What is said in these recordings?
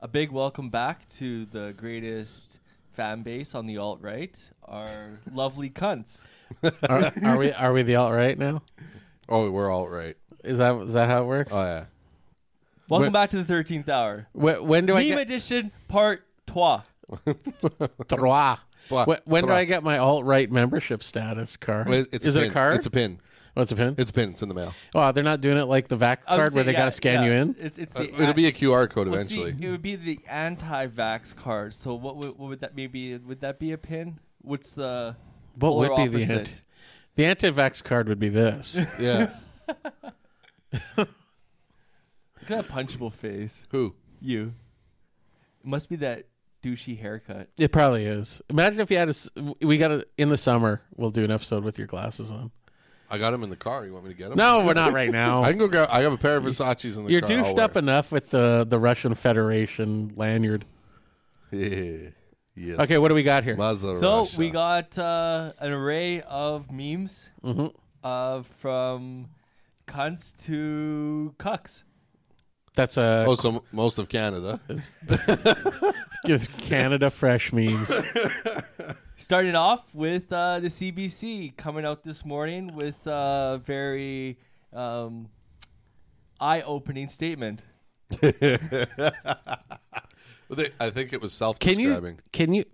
a big welcome back to the greatest fan base on the alt right, our lovely cunts. Are, are we are we the alt right now? Oh, we're all right. Is that is that how it works? Oh yeah. Welcome Wh- back to the 13th hour. Wh- when, do I Meme get edition part trois. trois? Blah, Wh- when do blah. I get my alt right membership status card? Uh, Well, it- It's is a it pin. a card? It's a pin. Oh, it's a pin. It's a pin. It's in the mail. oh, they're not doing it like the vac I was card where saying, they got yeah, to yeah. scan you in. It's, it's Uh, the it'll a- be a QR code Well, see, eventually. it would be the anti-vax card. So what would, what would that maybe would that be a pin? What's the What would polar be the opposite? anti? The anti-vax card would be this. yeah. Look at that punchable face. Who? You. It must be that douchey haircut. it probably is. Imagine if you had a. s- We got to in the summer. We'll do an episode with your glasses on. I got him in the car. You want me to get him? No, we're not right now. I can go grab. I have a pair of Versace's in the You're car. I'll douched wear up enough with the the Russian Federation lanyard. it. Yeah. Yes. Okay, what do we got here? Mazda So Russia. we got uh, an array of memes Mm-hmm. Mhm. uh, from cunts to cucks. That's a Oh, so m- most of Canada. gives Canada fresh memes. Starting off with uh, the CBC coming out this morning with a very um, eye-opening statement. They- I think it was Can self-describing. you? Can you?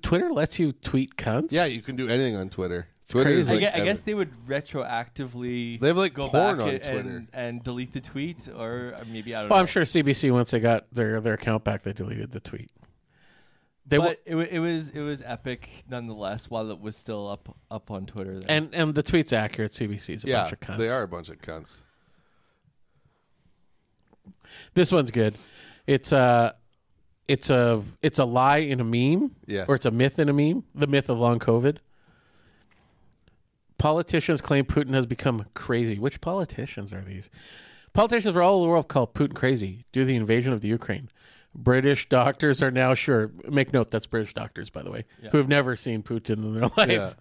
Twitter lets you tweet cunts. Yeah, you can do anything on Twitter. Twitter is crazy. I like gue- I guess, every- they would retroactively They have, like, go porn back on and, Twitter. and, delete the tweet or uh, maybe I don't Well, know. I'm sure CBC once they got their their account back, they deleted the tweet. They but w- it, wa- it was it was epic nonetheless while it was still up up on Twitter. There. and and the tweet's accurate. CBC's a yeah, bunch of cunts. they are a bunch of cunts. This one's good. It's a it's a it's a lie in a meme. Yeah. Or it's a myth in a meme. The myth of long COVID. Politicians claim Putin has become crazy. Which politicians are these? Politicians from all over the world call Putin crazy due to the invasion of the Ukraine. British doctors are now sure. Make note that's British doctors, by the way, who have never seen Putin in their life. Yeah.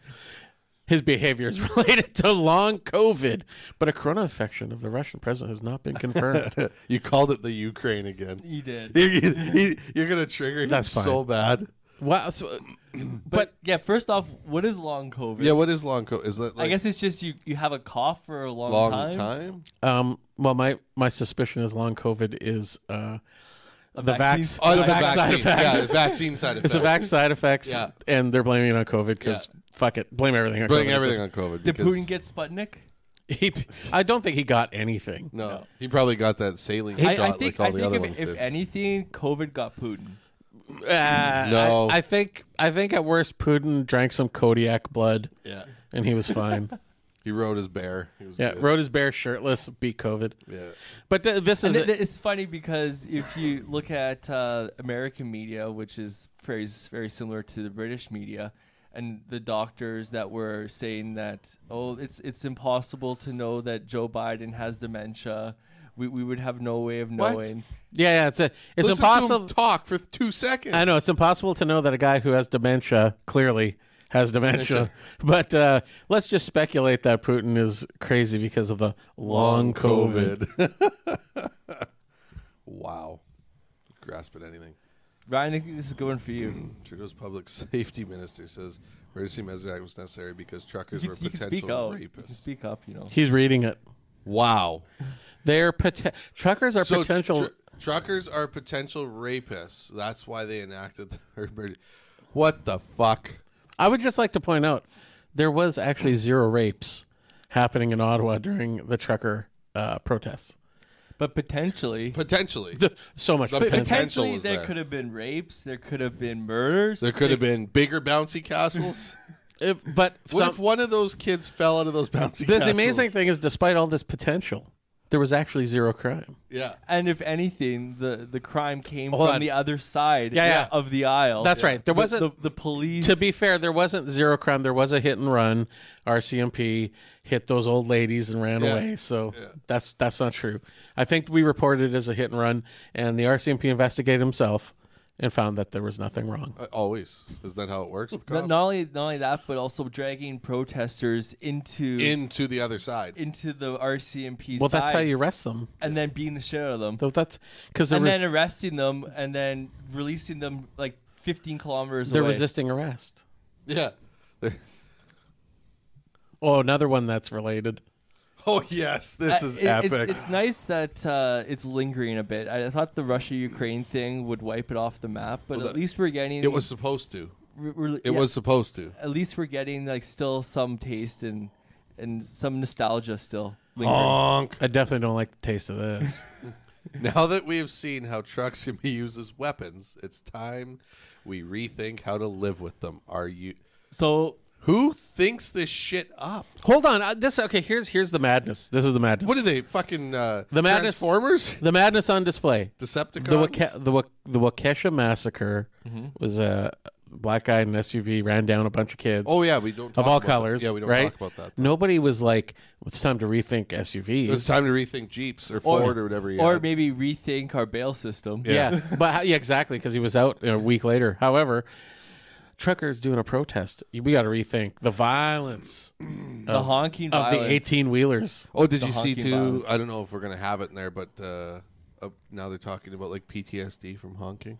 His behavior is related to long COVID, but a corona infection of the Russian president has not been confirmed. You called it the Ukraine again. you did. You, are gonna trigger him That's fine. so bad. Wow. So, But yeah, first off, what is long COVID? Yeah, what is long COVID? Is that like I guess it's just you you have a cough for a long, long time. time? um, well, my, my suspicion is long COVID is uh, the vaccine vax. Oh, the it's a vax side vaccine. effects. Yeah, it's vaccine side effects. It's a vax side effects, Yeah. and they're blaming it on COVID because Yeah. fuck it, blame everything on Bring COVID. everything on COVID. Did because- Putin get Sputnik? He, I don't think he got anything. No, No. he probably got that saline I, shot I think like all I the think other if, ones if did. anything, COVID got Putin. Uh, Mm, No. I, I think I think at worst Putin drank some Kodiak blood, yeah, and he was fine. he rode his bear. He was yeah, good. rode his bear shirtless, beat COVID. Yeah, But th- this is And it- it's funny because if you look at uh, American media, which is very very similar to the British media, and the doctors that were saying that oh it's it's impossible to know that Joe Biden has dementia, we, we would have no way of What? knowing. yeah, yeah, it's a, it's Listen To him impossible. talk for two seconds. I know it's impossible to know that a guy who has dementia clearly has dementia, but uh, let's just speculate that Putin is crazy because of the long, COVID. wow, grasp at anything. Ryan, I think this is going for you. Trudeau's public safety minister says emergency measures act was necessary because truckers You were can, you can potential speak up. You can rapists. speak up. You know. He's reading it. Wow. They're poten- truckers are So tr- potential. tr- truckers are potential rapists. That's why they enacted the emergency. What the fuck? I would just like to point out there was actually zero rapes happening in Ottawa during the trucker uh, protests. But potentially, Potentially. The- so much The potential. potential potentially is there, there. could have been rapes. There could have been murders. there could have been bigger bouncy castles. If- but What some, if one of those kids fell out of those bouncy the castles? amazing thing is, despite all this potential, there was actually zero crime. Yeah. And if anything, the, the crime came Hold from on. the other side Yeah, yeah. of the aisle. That's right. There The- wasn't- the, the police. to be fair, there wasn't zero crime. There was a hit and run. RCMP hit those old ladies and ran Yeah. away. So that's that's not true. I think we reported it as a hit and run, and the RCMP investigated himself and found that there was nothing wrong. Uh, always. Isn't that how it works with Not, cops? not only not only that, but also dragging protesters into Into the other side. into the RCMP Well, side, that's how you arrest them. and then beating the shit out of them, So that's because they're, and re- then arresting them, and then releasing them like 15 kilometers they're away. resisting arrest. yeah. They're- Oh, another one that's related. Oh yes, Uh, this is it- it's- epic. It's, nice that uh, it's lingering a bit. I thought the Russia-Ukraine thing would wipe it off the map, but Well, at the- least we're getting it was supposed to. we're- we're- It yeah, was supposed to. at least we're getting like still some taste and and some nostalgia still. lingering. Honk. I definitely don't like the taste of this. Now that we have seen how trucks can be used as weapons, it's time we rethink how to live with them. Are you? So Who thinks this shit up? Hold on. Uh, this okay. Here's here's the madness. This is the madness. What are they? Fucking uh, The madness- Transformers, the madness on display? Decepticons. The Wake- the Wa- the Waukesha massacre Mm-hmm. was a black guy in an SUV ran down a bunch of kids. oh yeah, we don't talk of all about that. colors. Yeah, we don't right? talk about that. Nobody was like, "It's time to rethink SUVs." It's time to rethink Jeeps or or, Ford or, whatever. You or had. maybe rethink our bail system. yeah, but how, yeah, exactly because he was out you know, a week later. However, truckers doing a protest. We got to rethink the violence The honking of the violence. eighteen wheelers. Oh, did the you see honking too? violence. I don't know if we're gonna have it in there, but uh, uh, now they're talking about like PTSD from honking.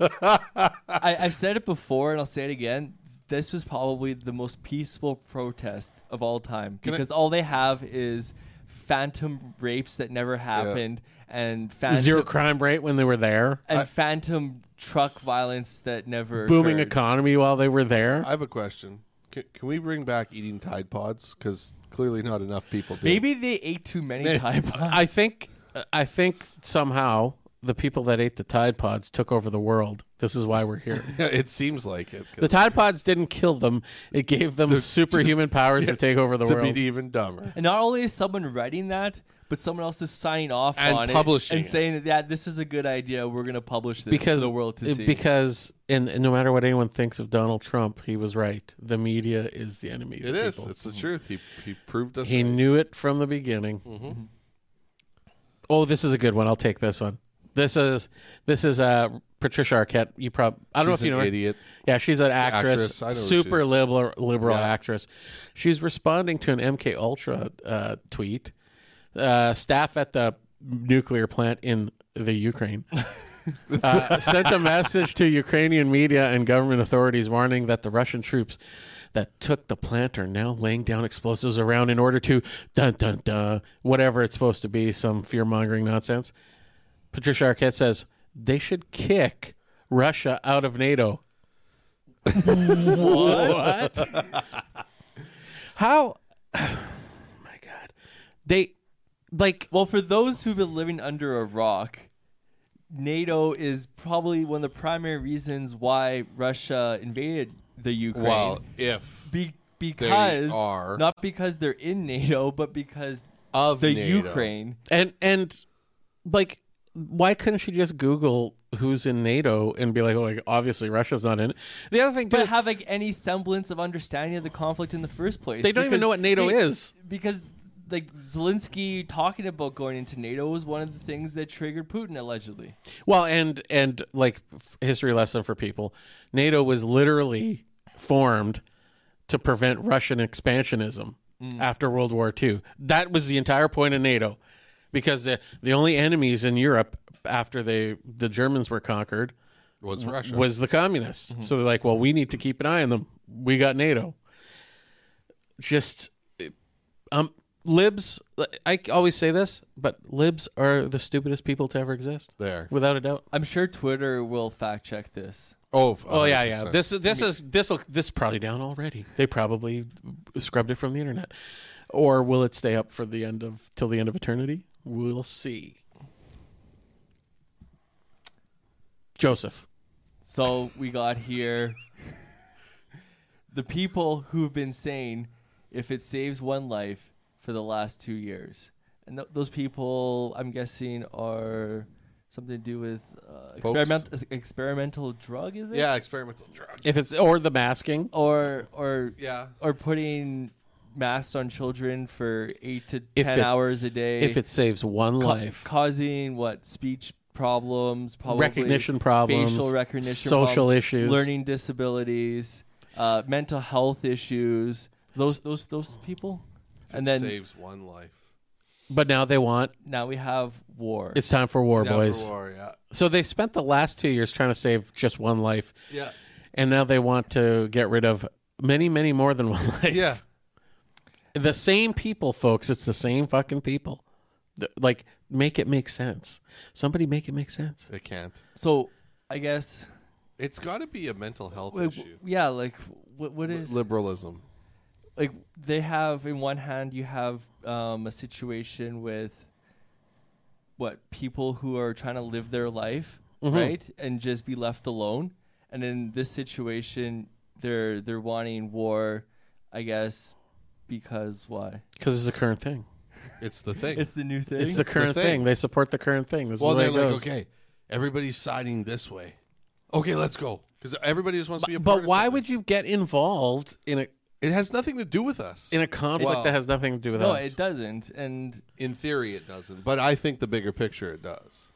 I, I've said it before, and I'll say it again. This was probably the most peaceful protest of all time I- because all they have is phantom rapes that never happened and phantom Zero crime rate when they were there. and I- phantom truck violence that never Booming occurred. economy while they were there. I have a question. Can, can we bring back eating Tide Pods? Because clearly not enough people do. Maybe they ate too many Tide Pods. I think I think somehow the people that ate the Tide Pods took over the world. This is why we're here. it seems like it. 'cause The Tide Pods didn't kill them. It gave them superhuman powers to take over the to world. be even dumber. And not only is someone writing that, but someone else is signing off And on publishing it and it. saying that yeah, this is a good idea. We're gonna publish this because for the world to it- see. Because and, and no matter what anyone thinks of Donald Trump, he was right. The media is the enemy. of It is. people. It's the truth. He he proved us. He right. knew it from the beginning. Mm-hmm. Mm-hmm. Oh, this is a good one. I'll take this one. This is this is uh, Patricia Arquette. You probably I don't know She's if you know an her. idiot. Yeah, she's an actress, actress. I know who she super is. liberal liberal Yeah. actress. She's responding to an MK Ultra uh, tweet. Uh, staff at the nuclear plant in the Ukraine uh, sent a message to Ukrainian media and government authorities warning that the Russian troops that took the plant are now laying down explosives around in order to dun dun dun whatever it's supposed to be some fear mongering nonsense. Patricia Arquette says they should kick Russia out of NATO. what? How? Oh my god! They like Well, for those who've been living under a rock, NATO is probably one of the primary reasons why Russia invaded the Ukraine. Well, if Be- because are- not because they're in NATO, but because of the NATO. Ukraine. and and like why couldn't she just Google who's in NATO and be like, oh, like, obviously Russia's not in it. The other thing too, But is have like any semblance of understanding of the conflict in the first place. they don't even because know what NATO they- is. Because like Zelensky talking about going into NATO was one of the things that triggered Putin allegedly. Well, and and like f- history lesson for people, NATO was literally formed to prevent Russian expansionism after World War II. That was the entire point of NATO, because the the only enemies in Europe after they the Germans were conquered was Russia. was the communists. So they're like, well, we need to keep an eye on them. We got NATO. Just, uh, um, libs. I always say this, but libs are the stupidest people to ever exist, there. without a doubt. I'm sure Twitter will fact check this. Oh, Oh yeah, yeah. This this is this will this is probably down already. They probably scrubbed it from the internet, or will it stay up for the end of till the end of eternity? We'll see. Joseph. So we got here the people who've been saying if it saves one life for the last two years. And th- those people, I'm guessing, are something to do with uh, experimental experimental drug, is it? yeah experimental drugs. If it's or the masking, Or or yeah, or putting masks on children for eight to If ten it- hours a day. if it saves one ca- life, causing what speech problems, probably Recognition problems, facial recognition, social problems, issues. learning disabilities, uh, mental health issues. Those those those people, and then saves one life. But now they want now we have war. it's time for war, Yeah, for boys. war, yeah. So they spent the last two years trying to save just one life, Yeah. and now they want to get rid of many, many more than one life. Yeah. the same people, folks. It's the same fucking people. Th- Like, make it make sense. Somebody make it make sense. They can't. so I guess It's got to be a mental health like, issue. yeah, like what what is Liberalism. like they have in one hand you have um, a situation with what people who are trying to live their life Mm-hmm. right and just be left alone and in this situation they're they're wanting war i guess because why Because it's the current thing. It's the thing. it's the new thing It's the current thing. thing. They support the current thing. This well, is the way they're it like, goes. okay, everybody's siding this way. Okay, let's go. Because everybody just wants to be a part But of why something. would you get involved in a It has nothing to do with us. in a conflict Well- that has nothing to do with no us? it doesn't and In theory, it doesn't, but I think the bigger picture it does.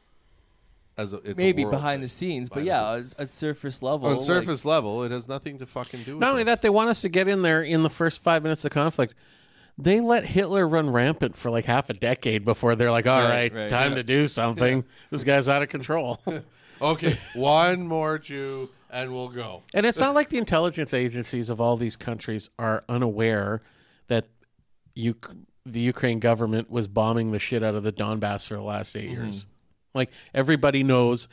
As a, it's a maybe world behind thing. the scenes but Behind the yeah at, at surface level on like- surface level, it has nothing to fucking do. with Not only us. that, they want us to get in there in the first five minutes of conflict. They let Hitler run rampant for like half a decade before they're like, all Right, right, right. time to do something. This guy's out of control. okay, one more Jew and we'll go. and it's not like the intelligence agencies of all these countries are unaware that you, the Ukraine government was bombing the shit out of the Donbass for the last 8 years. Like everybody knows,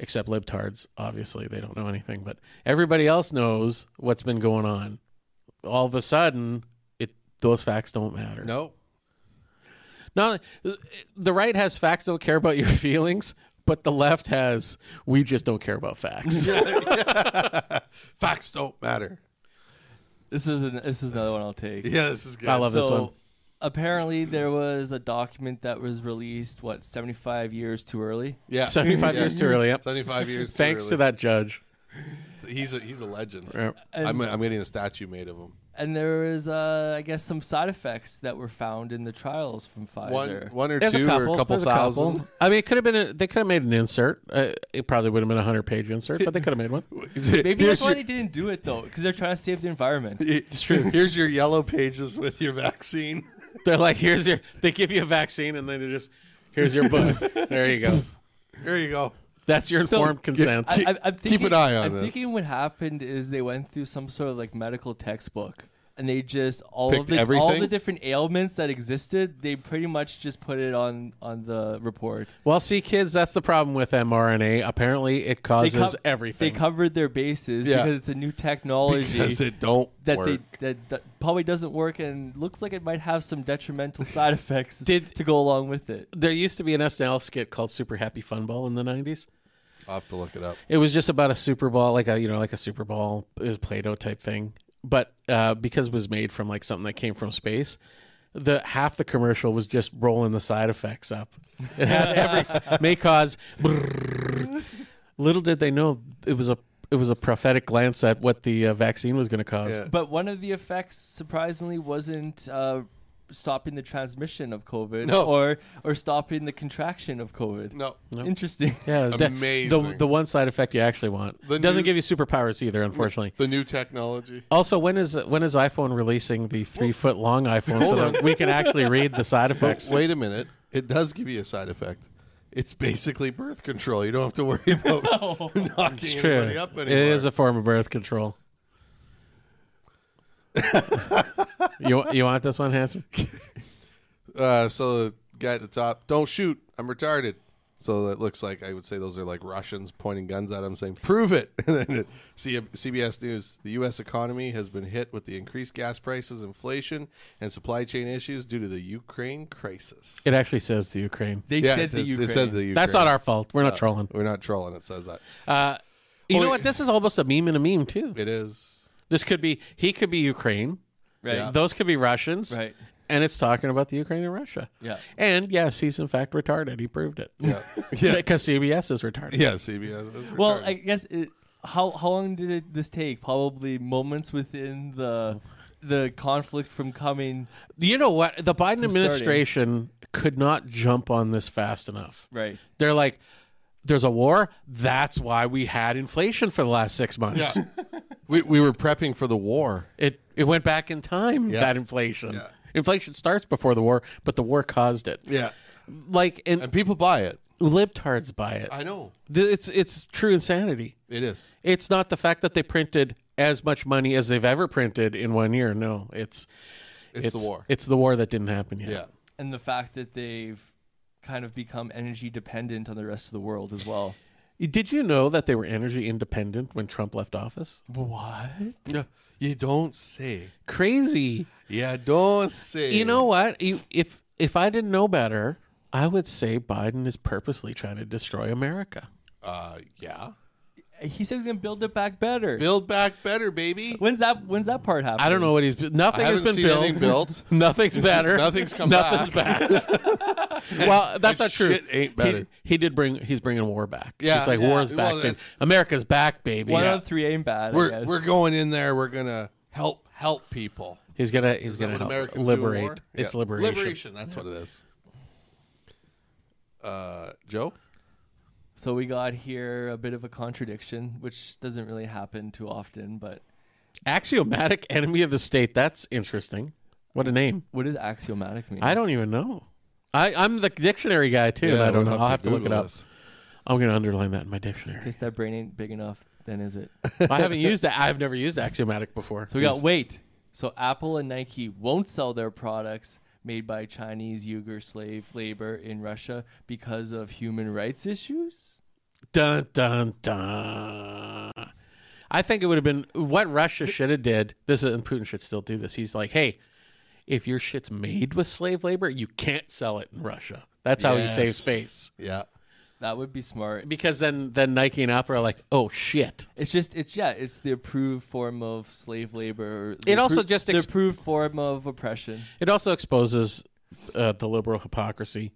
except libtards. Obviously, they don't know anything, but everybody else knows what's been going on. All of a sudden, it those facts don't matter. No, Not the right has facts don't care about your feelings, but the left has we just don't care about facts. facts don't matter. this is an, this is another one i'll take Yeah, this is good. I love this So, one. Apparently, there was a document that was released what seventy five years too early. Yeah, 75 years too early. Yep. Seventy-five years. too Thanks to early. that judge. he's a he's a legend. Yeah. I'm I'm getting a statue made of him. And there was, uh, I guess, some side effects that were found in the trials from Pfizer. One one or There's two a couple. or a couple There's thousand. couple. I mean, it could have been. A, they could have made an insert. Uh, it probably would have been a hundred page insert, but they could have made one. Maybe that's Here's why your- they didn't do it though, because they're trying to save the environment. It's true. Here's your yellow pages with your vaccine. They're like, here's your. They give you a vaccine, and then they just, here's your book. there you go. Here you go. That's your informed consent. I, I, I'm thinking, an eye on I'm this. thinking what happened is they went through some sort of like medical textbook, and they just all Picked of the all everything? the different ailments that existed. They pretty much just put it on on the report. well, see, kids, that's the problem with mRNA. Apparently, it causes cov- everything. They covered their bases Yeah. because it's a new technology. Because it don't that work. they that, that probably doesn't work and looks like it might have some detrimental side effects Did- to go along with it. there used to be an SNL skit called Super Happy Fun Ball in the '90s. I'll have to look it up. It was just about a Super Ball, like a you know, like a Super Ball it was Play-Doh type thing, but uh, because it was made from like something that came from space, the half the commercial was just rolling the side effects up. It had every s- may cause. brrrr. Little did they know it was a it was a prophetic glance at what the uh, vaccine was going to cause. Yeah. But one of the effects, surprisingly, wasn't uh, stopping the transmission of COVID No. or or stopping the contraction of COVID. No. Interesting. Yeah, the- The, Amazing. the one side effect you actually want The it doesn't new- give you superpowers either, unfortunately. The new technology. Also, when is when is iPhone releasing the three foot long iPhone so Hold that on. we can actually read the side effects? Oh, Wait a minute. It does give you a side effect. It's basically birth control. You don't have to worry about knocking It's anybody true. up It anymore. is a form of birth control. you you want this one, Hanson? uh, so the guy at the top, don't shoot. I'm retarded. So that looks like I would say those are like Russians pointing guns at him, saying, "Prove it." And then it, C- CBS News: The U.S. economy has been hit with the increased gas prices, inflation, and supply chain issues due to the Ukraine crisis. It actually says the Ukraine. They yeah, said it, the is- Ukraine. it said the Ukraine. That's not our fault. We're not trolling. We're not trolling. It says that Uh, you Oh, know it- what? This is almost a meme and a meme too. it is. This could be he could be Ukraine. right. Yeah. Those could be Russians. Right. And it's talking about the Ukraine and Russia. Yeah. And yes, he's in fact retarded. He proved it. Yeah, yeah, Because CBS is retarded. yeah. CBS. is Well, retarded. I guess it, how how long did it, this take? Probably moments within the the conflict from coming. You know what? The Biden starting. administration could not jump on this fast enough. Right. They're like, there's a war. That's why we had inflation for the last six months. we, we were prepping for the war. It it went back in time. Yeah. That inflation. Yeah. Inflation starts before the war, but the war caused it. Yeah. Like and, And people buy it. libtards buy it. I know. Th- it's it's true insanity. It is. It's not the fact that they printed as much money as they've ever printed in one year. No, it's It's, the war. It's the war that didn't happen yet. yeah. and the fact that they've kind of become energy dependent on the rest of the world as well. Did you know that they were energy independent when Trump left office? What? Yeah. You don't say. Crazy. Yeah, don't say. You know what? You- If if I didn't know better, I would say Biden is purposely trying to destroy America. Uh, yeah. He said he's gonna build it back better. Build back better, baby. when's that? When's that part happen? I don't know what he's nothing I has been haven't seen anything built. Nothing's better. Nothing's come Nothing's back. well, that's not true. Shit ain't better. He, he did bring. He's bringing war back. Yeah. it's like Yeah. war's back. Well, baby. that's- America's back, baby. One Yeah. on three ain't bad. I we're guess. we're going in there. We're gonna help help people. He's gonna. He's Is that gonna what help Americans do in liberate. war? It's Yeah. liberation. Liberation. That's what it is. Uh, Joe. So we got here a bit of a contradiction, which doesn't really happen too often. But Axiomatic enemy of the state. That's interesting. What a name. what does axiomatic mean? I don't even know. I, I'm the dictionary guy too, and I don't know. I'll have to look it up. I'm gonna underline that in my dictionary. Guess that brain ain't big enough. Then is it? I haven't used that. I've never used axiomatic before. So we got wait. So Apple and Nike won't sell their products made by Chinese Uyghur slave labor in Russia because of human rights issues. Dun dun dun. I think it would have been what Russia should have did. This is, and Putin should still do this. He's like, hey, if your shit's made with slave labor, you can't sell it in Russia. That's how he saves space. Yeah. That would be smart. Because then, then Nike and Apple are like, oh shit. It's just it's yeah, it's the approved form of slave labor. or the It also appro- just the ex- approved form of oppression. It also exposes uh, the liberal hypocrisy.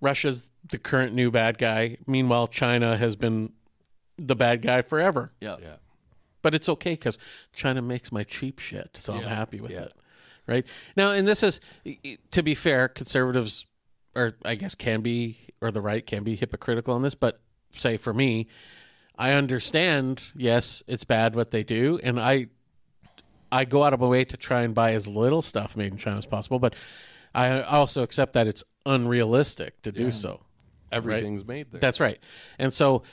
Russia's the current new bad guy. Meanwhile, China has been the bad guy forever. Yeah. Yeah. but it's okay because China makes my cheap shit, so I'm Yeah, happy with yeah. it. Right now, and this is to be fair, conservatives or I guess can be or the right can be hypocritical on this, but say for me, I understand. Yes, it's bad what they do, and I I go out of my way to try and buy as little stuff made in China as possible, but I also accept that it's unrealistic to do so. Everything's made there. That's right. And so,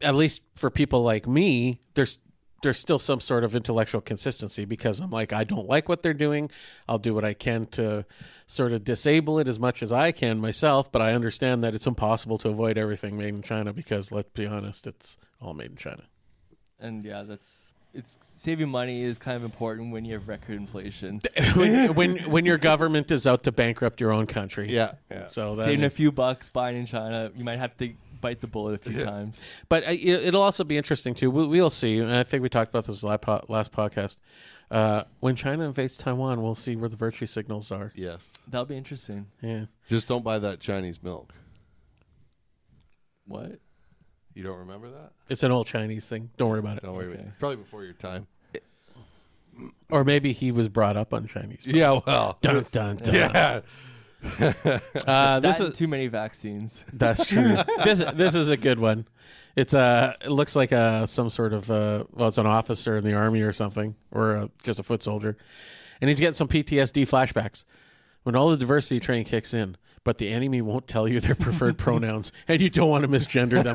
at least for people like me, there's there's still some sort of intellectual consistency because I'm like, I don't like what they're doing. I'll do what I can to sort of disable it as much as I can myself, but I understand that it's impossible to avoid everything made in China because let's be honest, it's all made in China. And yeah, that's it's saving money is kind of important when you have record inflation. when, when when your government is out to bankrupt your own country. Yeah. Yeah. So that Saving a few bucks buying in China, you might have to bite the bullet a few times. but I- it- it'll also be interesting too. We- We'll see. And I think we talked about this la- po- last podcast. Uh, when China invades Taiwan, we'll see where the virtue signals are. yes. That'll be interesting. Yeah. Just don't buy that Chinese milk. What? You don't remember that? It's an old Chinese thing. Don't worry about it. Don't worry. about it. Okay. Probably before your time. Or maybe he was brought up on Chinese. Yeah. Well. Dun dun dun. Yeah. Uh, That's this is too many vaccines. that's true. this this is a good one. It's uh it looks like uh some sort of uh well it's an officer in the army or something or uh, just a foot soldier, and he's getting some PTSD flashbacks when all the diversity training kicks in, but the enemy won't tell you their preferred pronouns, and you don't want to misgender them.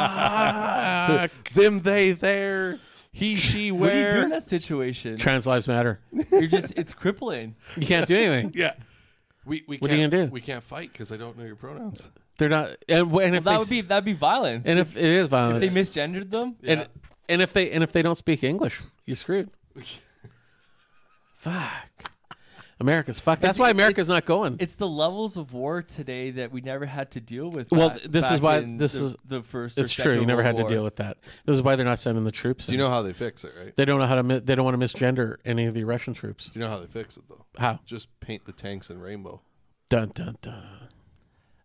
Fuck. Them, they, there, he, she, What do you do in where. that situation? Trans lives matter. You're just it's crippling. You can't do anything. Yeah. We, we What are can't, you gonna do? We can't fight because I don't know your pronouns. They're not. And, w- and if That they would be s- that'd be violence. and if it is violence, they misgendered them, Yeah. and and if they and if they don't speak English, you're screwed. Fuck. America's fucked. That's why America's not going. it's the levels of war today that we never had to deal with. Well, back- this is back why- in this the, is- the first. or It's true. You Second never World had to War. deal with that. This is why they're not sending the troops. Do you know how they fix it, right? They don't know how to. mi- They don't want to misgender any of the Russian troops. Do you know how they fix it though? How? Just paint the tanks in rainbow. Dun dun dun.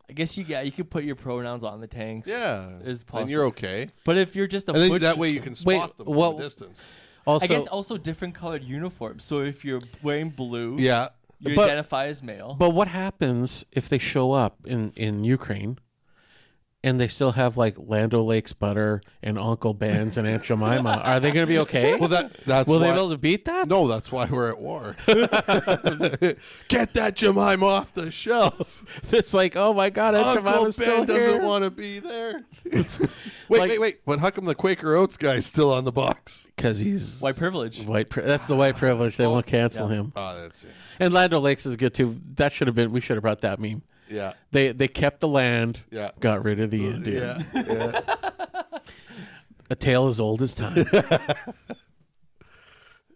I guess you yeah you could put your pronouns on the tanks. Yeah, It's then you're possible. okay, but if you're just a and then foot that way you can spot Wait, them well- from a distance. Also, I guess also different colored uniforms. So if you're wearing blue, Yeah, you But- identify as male. but what happens if they show up in in Ukraine, and they still have like Lando Lake's butter and Uncle Ben's and Aunt Jemima, are they going to be okay? Well, that that's Will why, they be able to beat that? No, that's why we're at war. Get that Jemima off the shelf. It's like, oh my God, Aunt Uncle Ben Jemima's still doesn't here. want to be there. wait, like- wait, wait. But how come the Quaker Oats guy's still on the box? because he's White privilege. White, pri- that's the white privilege. They won't cancel him. Oh, that's it. And Lando Lakes is good too. That should have been. We should have brought that meme. Yeah. They they kept the land. Yeah. Got rid of the Indian. Yeah. yeah. A tale as old as time.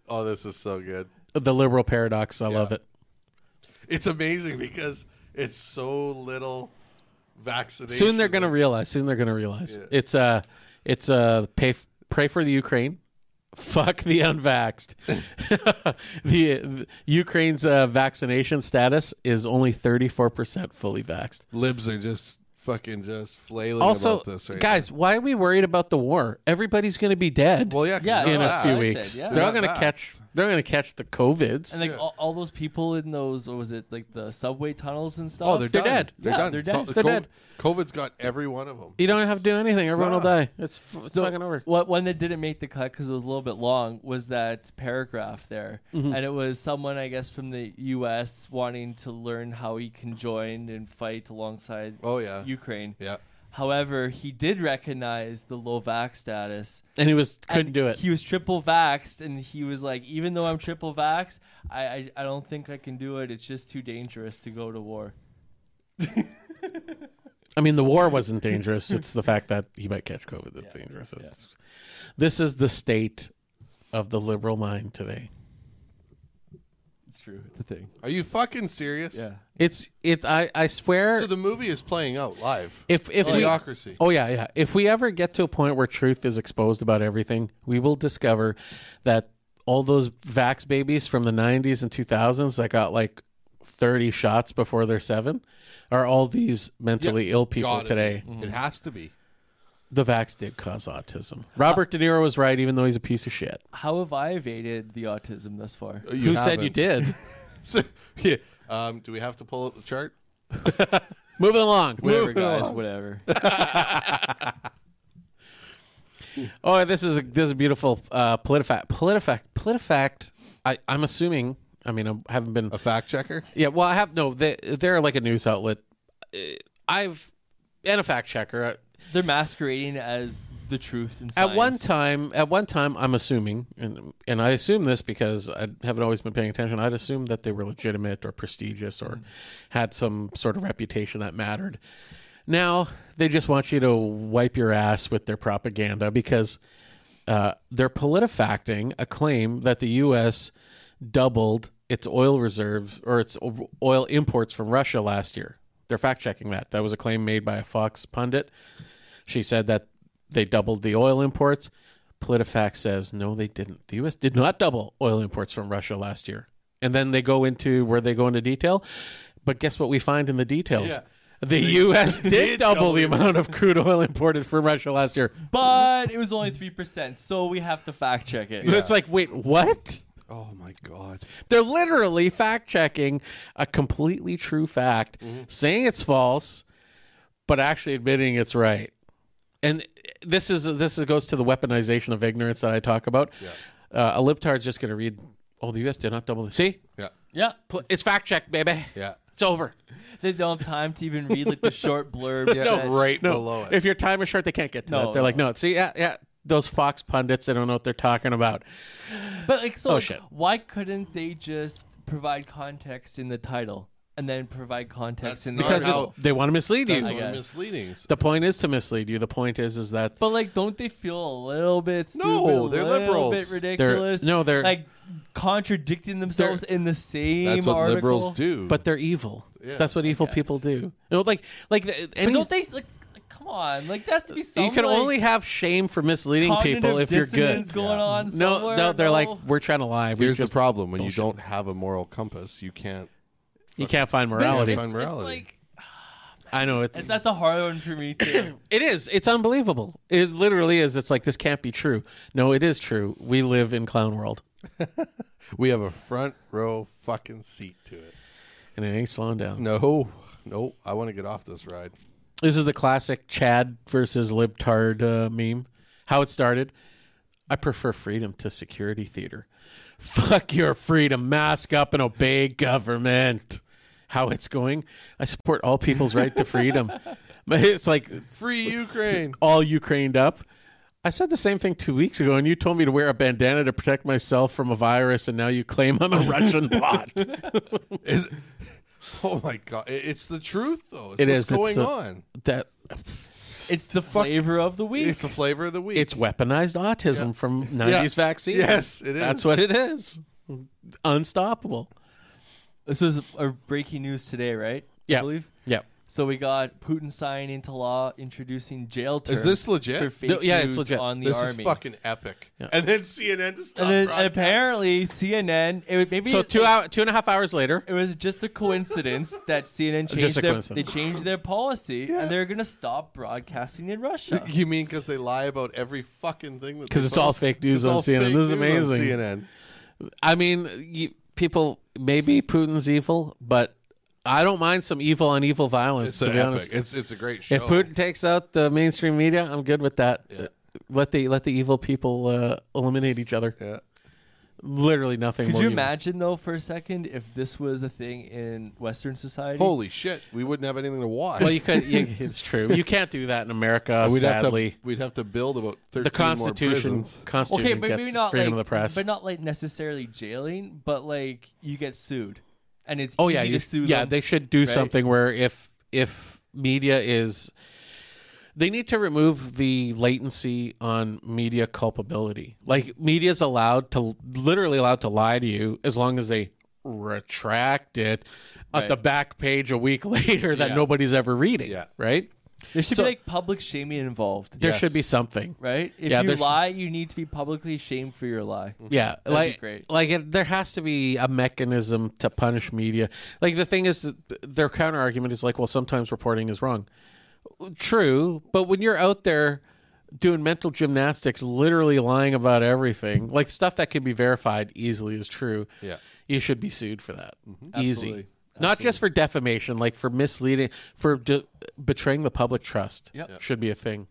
Oh, this is so good. the liberal paradox. I love it. It's amazing because it's so little vaccination. Soon they're gonna realize. Soon they're gonna realize. It's uh it's uh pay f- pray for the Ukraine. Fuck the unvaxxed. the, the Ukraine's uh, vaccination status is only thirty four percent fully vaxxed. libs are just fucking just flailing Also, about this right guys, why are we worried about the war? Everybody's going to be dead. now. Well, yeah, 'cause Yeah, they're in not a that's few what I weeks, said, yeah. they're all They're going to not catch. They're going to catch the covids. And like all, all those people in those, what was it, like the subway tunnels and stuff? Oh, they're, They're done. dead. They're Yeah, done. they're It's all- dead. They're COVID, dead. COVID's got every one of them. you don't have to do anything. Everyone will Nah. die. It's, f- it's fucking over. What one that didn't make the cut because it was a little bit long was that paragraph there, and it was someone I guess from the U.S. wanting to learn how he can join and fight alongside Oh, yeah. Ukraine. yeah. However, he did recognize the low vax status. And he was couldn't And do it. He was triple vaxxed, and he was like, even though I'm triple vaxxed, I, I I don't think I can do it. It's just too dangerous to go to war. I mean, the war wasn't dangerous. it's the fact that he might catch COVID that's dangerous. It's- This is the state of the liberal mind today. It's true. It's a thing. Are you fucking serious? Yeah. It's it. I I swear. So the movie is playing out live. if if we Idiocracy. Oh yeah, yeah. If we ever get to a point where truth is exposed about everything, we will discover that all those vax babies from the 90s and 2000s that got like 30 shots before they're 7 are all these mentally ill people Gotta be. today. It has to be. The vax did cause autism. Robert De Niro was right even though he's a piece of shit. How have I evaded the autism thus far? You Who said you haven't. did? So, yeah. Um, do we have to pull out the chart? Moving along. Whatever, guys. Whatever. Oh, this is a, this is a beautiful uh, politifact. Politifact. Politifact. I, I'm assuming. I mean, I haven't been A fact checker? Yeah, well, I have no. They, they're like a news outlet. Uh, I've and a fact checker. Uh, They're masquerading as the truth and At one time, time, at one time, I'm assuming, and and I assume this because I haven't always been paying attention. I'd assume that they were legitimate or prestigious or had some sort of reputation that mattered. Now they just want you to wipe your ass with their propaganda because uh, they're politifacting a claim that the U.S. doubled its oil reserves or its o- oil imports from Russia last year. They're fact checking that. That was a claim made by a Fox pundit. She said that they doubled the oil imports. PolitiFact says no, they didn't. The U.S. did not double oil imports from Russia last year. And then they go into where they go into detail. But guess what we find in the details? Yeah. The U.S. did, double, the amount of crude oil imported from Russia last year. but it was only three percent, so we have to fact check it. It's like, wait, what? Oh, my God. They're literally fact checking a completely true fact, Mm-hmm. saying it's false, but actually admitting it's right. And this is this is, goes to the weaponization of ignorance that I talk about. Uh, a libtard's just going to read, "Oh, the U.S. did not double the see." Yeah. Yeah, Pl- It's fact check, baby. Yeah. It's over. they don't have time to even read like the short blurb. Yeah. that- right below it. If your time is short, they can't get to No, that. They're like, no, see, yeah, yeah. Those Fox pundits, they don't know what they're talking about. But like, so Oh, like, shit. why couldn't they just provide context in the title and then provide context That's in the not Because how- title? it's, they want to mislead you. That's one guess. of misleadings. The point is to mislead you. The point is, is that But like, don't they feel a little bit stupid, No, a they're little liberals. bit ridiculous? no, they're- like contradicting themselves in the same. That's what article? liberals do. but they're evil. Yeah. That's what evil people do. You know, like like the- But any, don't they like? like, Come on, like that's to be some. you can like, only have shame for misleading cognitive people if you're dissonance good. Going Yeah. on No, somewhere, no, they're like though. we're trying to lie. We Here's the just problem when you don't have a moral compass, you can't. you can't find But it's- morality. It's, it's Morality. like I know it's, it's- that's a hard one for me too. it is it's unbelievable. It literally is. It's like this can't be true. No, it is true. We live in clown world, We have a front row fucking seat to it. and it ain't slowing down. No, no, I want to get off this ride. This is the classic Chad versus libtard uh, meme. How it started. I prefer freedom to security theater. Fuck your freedom. Mask up and obey government. How it's going. I support all people's right to freedom. But It's like Free Ukraine. all Ukrained up. I said the same thing two weeks ago, and you told me to wear a bandana to protect myself from a virus, and now you claim I'm a Russian bot. Is oh my god! It- It's the truth, though. It's It what's is. It's going the- on. That It's the flavor of the week. It's the flavor of the week. it's weaponized autism from '90s vaccines. Yes, it That's is. what it is. Unstoppable. This was a breaking news today, right? Yeah. I believe. Yeah. So we got Putin signed into law introducing jail terms. Is this legit? for fake No, yeah, it's news legit. On the this army. is fucking epic. And then CNN to stop. and then broadcast. apparently CNN. It was maybe So it- two hour, two and a half hours later, It was just a coincidence that CNN a changed their they coincidence. changed their policy and they're gonna stop broadcasting in Russia. You mean because they lie about every fucking thing? because it's all fake news on CNN. This is amazing. CNN. I mean, you, people, maybe Putin's evil, but I don't mind some evil on evil violence. It's to an be epic. honest, It's it's a great show. if Putin takes out the mainstream media, I'm good with that. Let the let the evil people uh, eliminate each other. yeah. Literally nothing. Could more you evil. imagine though for a second if this was a thing in Western society? Holy shit! We wouldn't have anything to watch. Well, you could. You, it's true. You can't do that in America. we'd sadly, have to we'd have to build about thirteen the more Constitution. prisons. Constitution okay, but gets maybe not freedom like, of the press. but not like necessarily jailing, but like you get sued, and it's oh easy yeah, to you, sue yeah. them. They should do something where if if media is, they need to remove the latency on media culpability. Like media's allowed to literally allowed to lie to you as long as they retract it at Right. the back page a week later that nobody's ever reading. Yeah. Right. there should so- be like public shaming involved, There Yes. should be something. right? If Yeah, you there Hmm. should- lie, you need to be publicly shamed for your lie. Yeah, be like great. like it, there has to be a mechanism to punish media. Like the thing is, that th- their counter argument is like, well, sometimes reporting is wrong. True, but when you're out there doing mental gymnastics, literally lying about everything, like stuff that can be verified easily is true. Yeah. you should be sued for that. Easy. Mm-hmm. Absolutely. Not just for defamation, like for misleading, for de- betraying the public trust, Yep. Yep. should be a thing.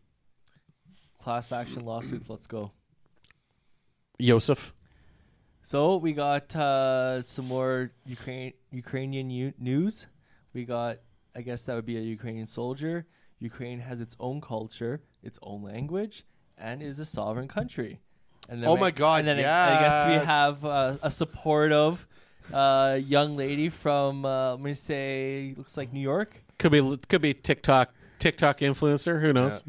Class action lawsuits. Let's go. Yosef, So we got uh, some more Ukraine Ukrainian u- news. We got, I guess that would be a Ukrainian soldier. Ukraine has its own culture, its own language, and is a sovereign country. And then Oh we- my God, And then I, I guess yes. we have uh, a supportive uh, young lady from, uh, let me say, looks like New York. could be could be TikTok TikTok influencer. Who knows?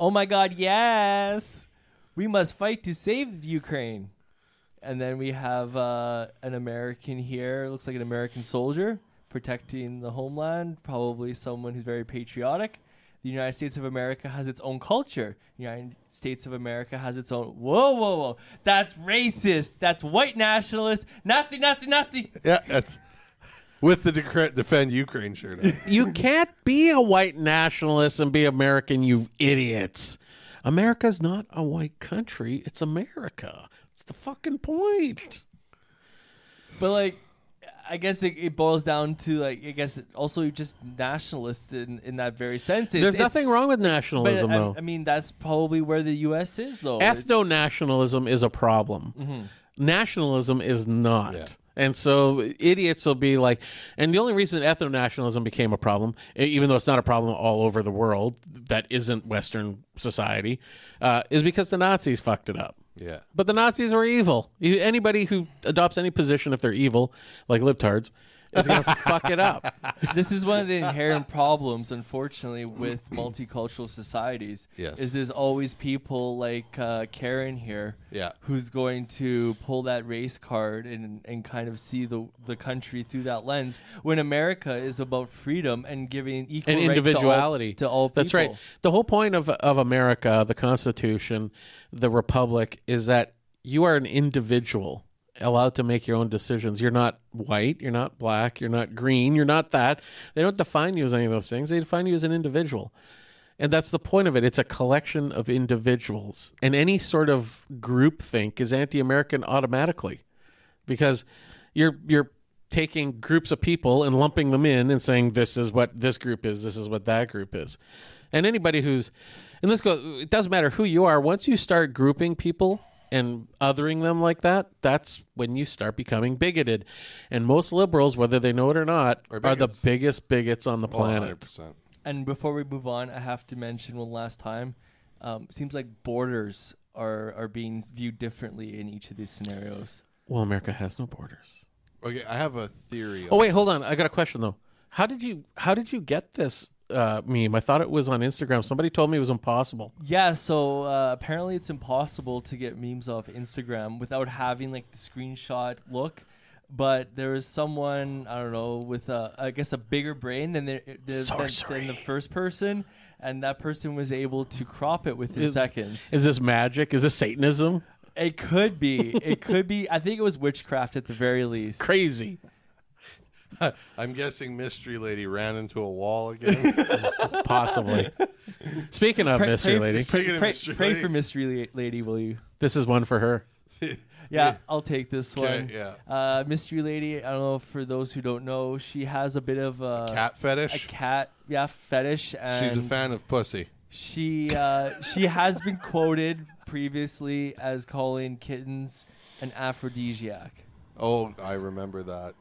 Oh my God, yes! We must fight to save Ukraine. And then we have uh, an American here, looks like an American soldier protecting the homeland, probably someone who's very patriotic. The United States of America has its own culture. The United States of America has its own. Whoa, whoa, whoa. That's racist. That's white nationalist. Nazi, Nazi, Nazi. Yeah, that's with the decre- defend Ukraine shirt. On. You can't be a white nationalist and be American, you idiots. America's not a white country, it's America. It's the fucking point. But like, I guess it, it boils down to like I guess it also just nationalist in, in that very sense. It's, There's it's- nothing wrong with But uh, nationalism, I, though. I mean, that's probably where the U.S. is, though. It's- Ethno nationalism is a problem. Nationalism is not. Mm-hmm. Yeah. And so idiots will be like, and the only reason ethno nationalism became a problem, e- even though it's not a problem all over the world that isn't Western society, uh, is because the Nazis fucked it up. Yeah. But the Nazis were evil. You- Anybody who adopts any position if they're evil, like libtards, is going to fuck it up. this is one of the inherent problems, unfortunately, with multicultural societies. Yes. is there's always people like uh, Karen here, Yeah. who's going to pull that race card and and kind of see the the country through that lens. When America is about freedom and giving equal And rights individuality. to all, to all people. That's right. The whole point of, of America, the Constitution, the Republic, is that you are an individual allowed to make your own decisions. You're not white, you're not black, you're not green, you're not that. They don't define you as any of those things. They define you as an individual. And that's the point of it. It's a collection of individuals. And any sort of groupthink is anti American automatically because you're you're taking groups of people and lumping them in and saying this is what this group is, this is what that group is. And anybody who's and this goes it doesn't matter who you are, once you start grouping people and othering them like that, that's when you start becoming bigoted. And most liberals, whether they know it or not, are, the bigots. biggest bigots on the planet. 100%. And before we move on, I have to mention one last time. Um, seems like borders are are being viewed differently in each of these scenarios. well, America has no borders. Okay, I have a theory. Oh wait, hold on. I got a question though. How did you how did you get this uh, meme? I thought it was on Instagram. Somebody told me it was impossible. Yeah, so uh, apparently it's impossible to get memes off Instagram without having like the screenshot look. But there was someone I don't know with a I guess a bigger brain than the, the, than, than the first person, and that person was able to crop it within Is- seconds. Is this magic? Is this Satanism? It could be, it could be. I think it was witchcraft at the very least. Crazy. I'm guessing Mystery Lady ran into a wall again. Possibly. Speaking of Pray- mystery pray- lady, Speaking Pray, of pray, Mystery pray Lady. for mystery La- lady, will you? this is one for her. Yeah, I'll take this Okay, one. yeah. Uh, mystery lady. I don't know. For those who don't know, she has a bit of uh, a Cat a fetish. cat yeah fetish and She's a fan of pussy. she uh, she has been quoted previously as calling kittens an aphrodisiac Oh, I remember that.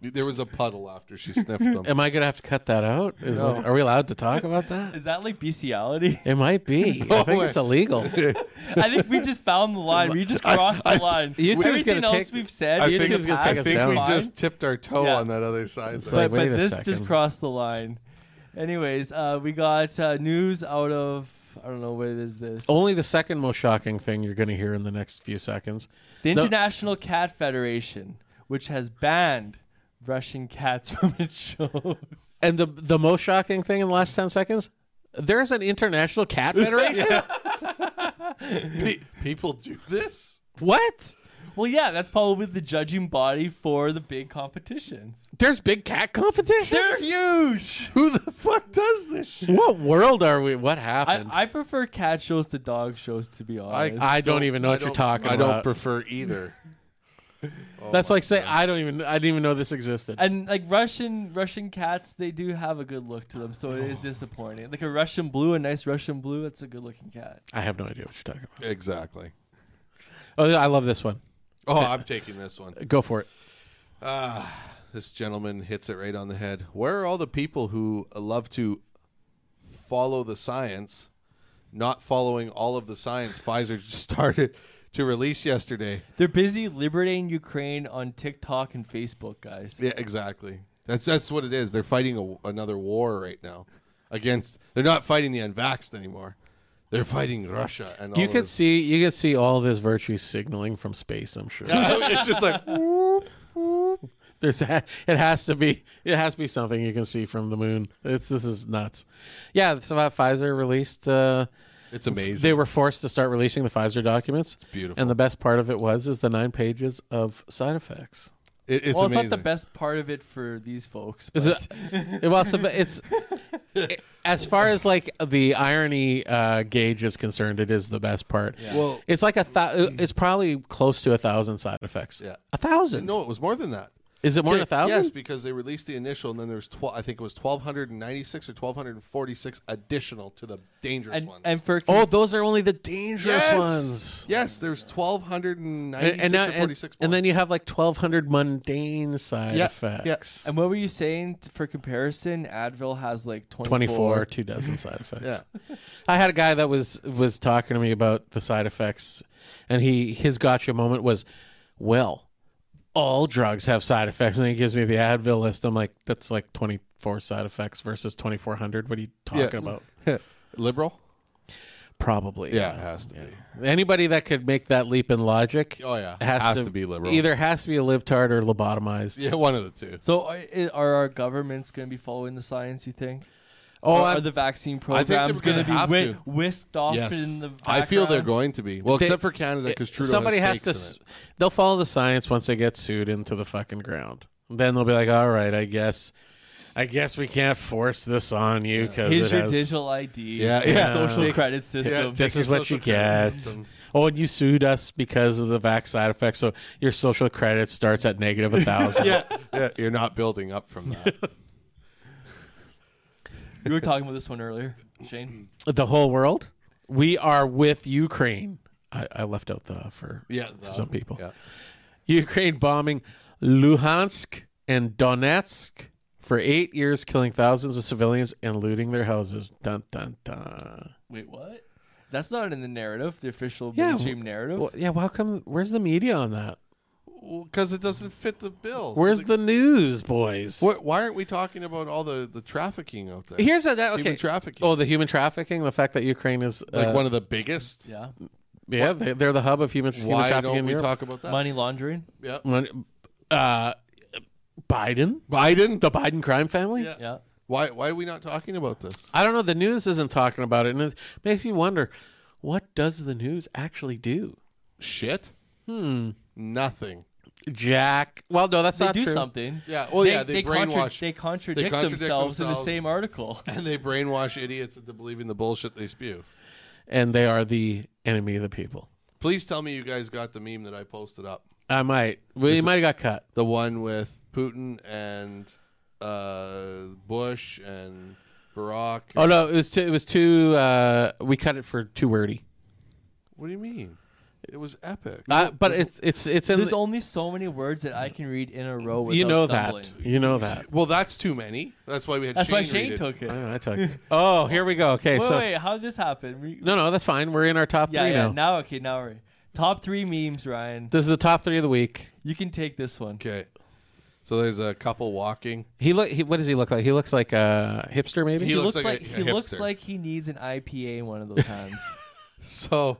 There was a puddle after she sniffed them. Am I gonna have to cut that out? Is- No. Are we allowed to talk about that? is that like bestiality It might be. I think way. it's illegal. i think we just found the line we just crossed the line You two's everything gonna else take- we've said I in think, the gonna past take us I is think down. we fine, just tipped our toe Yeah. on that other side. It's there. but, Like, wait but a this just second. crossed the line anyways uh, we got uh, news out of i don't know what is this Only the second most shocking thing you're gonna hear in the next few seconds. The No. International Cat Federation, which has banned Russian cats from its shows. And the the most shocking thing in the last ten seconds, there's an international cat federation. Pe- people do this. What? Well, yeah, that's probably the judging body for the big competitions. There's big cat competitions. They're huge. Who the fuck does this shit? What world are we? What I, happened? I prefer cat shows to dog shows, to be honest. I don't even know what you're talking I about. don't prefer either. That's like saying I don't even. I didn't even know this existed. and like Russian Russian cats, they do have a good look to them, so it Oh. is disappointing. Like a Russian blue, a nice Russian blue, that's a good looking cat. I have no idea what you're talking about. Exactly. Oh, yeah, I love this one. Oh, I'm taking this one. Go for it. This gentleman hits it right on the head. Where are all the people who love to follow the science, not following all of the science Pfizer just started to release yesterday? They're busy liberating Ukraine on TikTok and Facebook, guys. Yeah, exactly. That's that's what it is. They're fighting a, another war right now against. They're not fighting the unvaxxed anymore. They're fighting Russia and You all could of- see. You could see all this virtue signaling from space. I'm sure. it's just like whoop, whoop. There's. a- It has to be. It has to be something you can see from the moon. It's. This is nuts. Yeah. So that Pfizer released. Uh, It's amazing. they were forced to start releasing the Pfizer documents. It's beautiful. And the best part of it was is the nine pages of side effects. It- it's well, amazing. it's not the best part of it for these folks. Is but- it, it- well, it's, a- it's as far as like the irony uh, gauge is concerned, it is the best part. Well- it's like a thou- it's probably close to a thousand side effects. Yeah. a thousand. No, it was more than that. is it more than a thousand? Yes, because they released the initial, and then there's twelve. I think it was twelve hundred and ninety-six or twelve hundred and forty-six additional to the dangerous and, ones. and for Oh, those are only the dangerous yes, ones. yes, there's twelve hundred and And, ninety-six and, now, or and, forty-six. and ones. then you have like 1,200 mundane side Yeah, effects. yeah. And what were you saying t- for comparison? Advil has like 24. 24 two dozen side effects Yeah. i had a guy that was was talking to me about the side effects and he his gotcha moment was well all drugs have side effects and he gives me the advil list i'm like that's like 24 side effects versus 2400 what are you talking about liberal. probably Yeah, it has to be. anybody that could make that leap in logic Oh, yeah. has, Has to be liberal. either has to be a libtard or lobotomized Yeah, one of the two. So are, i- are our governments going to be following the science, you think? oh Or I'm- are the vaccine think they're programs going gonna to be have wi- to. whisked off in the I feel they're background? going to be. Well, They- except for Canada, because Trudeau somebody has to. stakes s- in it. They'll follow the science once they get sued into the fucking ground. Then they'll be like, "All right, I guess." I guess we can't force this on you because Here's it your has. digital ID. Yeah, and yeah. Social Take- credit system. take this your is what social you credit get. system. Oh, and you sued us because of the vax side effects. So your social credit starts at negative a thousand. yeah, yeah, you're not building up from that. You were talking about this one earlier, Mm. Shane. The whole world. We are with Ukraine. I, I left out the for Yeah, for some people. yeah. Ukraine bombing Luhansk and Donetsk for eight years, killing thousands of civilians and looting their houses. Dun dun dun. Wait, what? That's not in the narrative, the official Yeah, mainstream narrative. Well, yeah, how come? Where's the media on that? Because it doesn't fit the bill. So Where's like, the news, boys? why- why aren't we talking about all the, the trafficking out there? Here's a, that okay. Human trafficking. Oh, the human trafficking. The fact that Ukraine is like uh, one of the biggest. yeah. yeah, they, they're the hub of human, human Why trafficking. don't in we Europe. talk about that? Money laundering. Yeah. When- uh, Biden, Biden. the Biden crime family. yeah. Yeah. Why why are we not talking about this? I don't know. The news isn't talking about it, and it makes you wonder what does the news actually do? Shit. Hmm. Nothing. Jack. Well, no, that's They not do true. something. Yeah. Well, yeah. They, contra- brainwash. they contradict, contradict themselves, in the themselves. same article. and they brainwash idiots into believing the bullshit they spew. and they are the enemy of the people. Please tell me you guys got the meme that I posted up. I might. We might have got cut. The one with Putin and uh, Bush and Barack. Oh no, it was too, it was too. Uh, we cut it for too wordy. What do you mean? It was epic. Uh, but it's it's it's in. There's the- only so many words that I can read in a row without You know stumbling. that. You know that. well, that's too many. That's why we had. That's Shane why read Shane it. took it. Oh, I took. Oh, here we go. Okay, Wait, so wait, how did this happen? We- no, no, that's fine. We're in our top yeah, three yeah. now. Now, okay, now we're top three memes, Ryan. This is the top three of the week. You can take this one. Okay. So there's a couple walking. He look. He, what does he look like? He looks like a hipster, maybe. He, He looks, looks like, like a- he a looks hipster. like he needs an IPA in one of those hands. So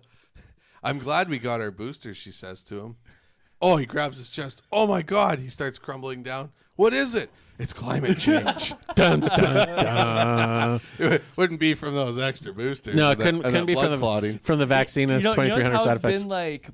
I'm glad we got our boosters, she says to him. Oh, he grabs his chest. Oh my God. He starts crumbling down. What is it? It's climate change. dun dun dun. it wouldn't be from those extra boosters. No, it and that- couldn't, and couldn't that be from blood the clotting. from the vaccine. and you It's know, you twenty notice three hundred how side it's effects. been like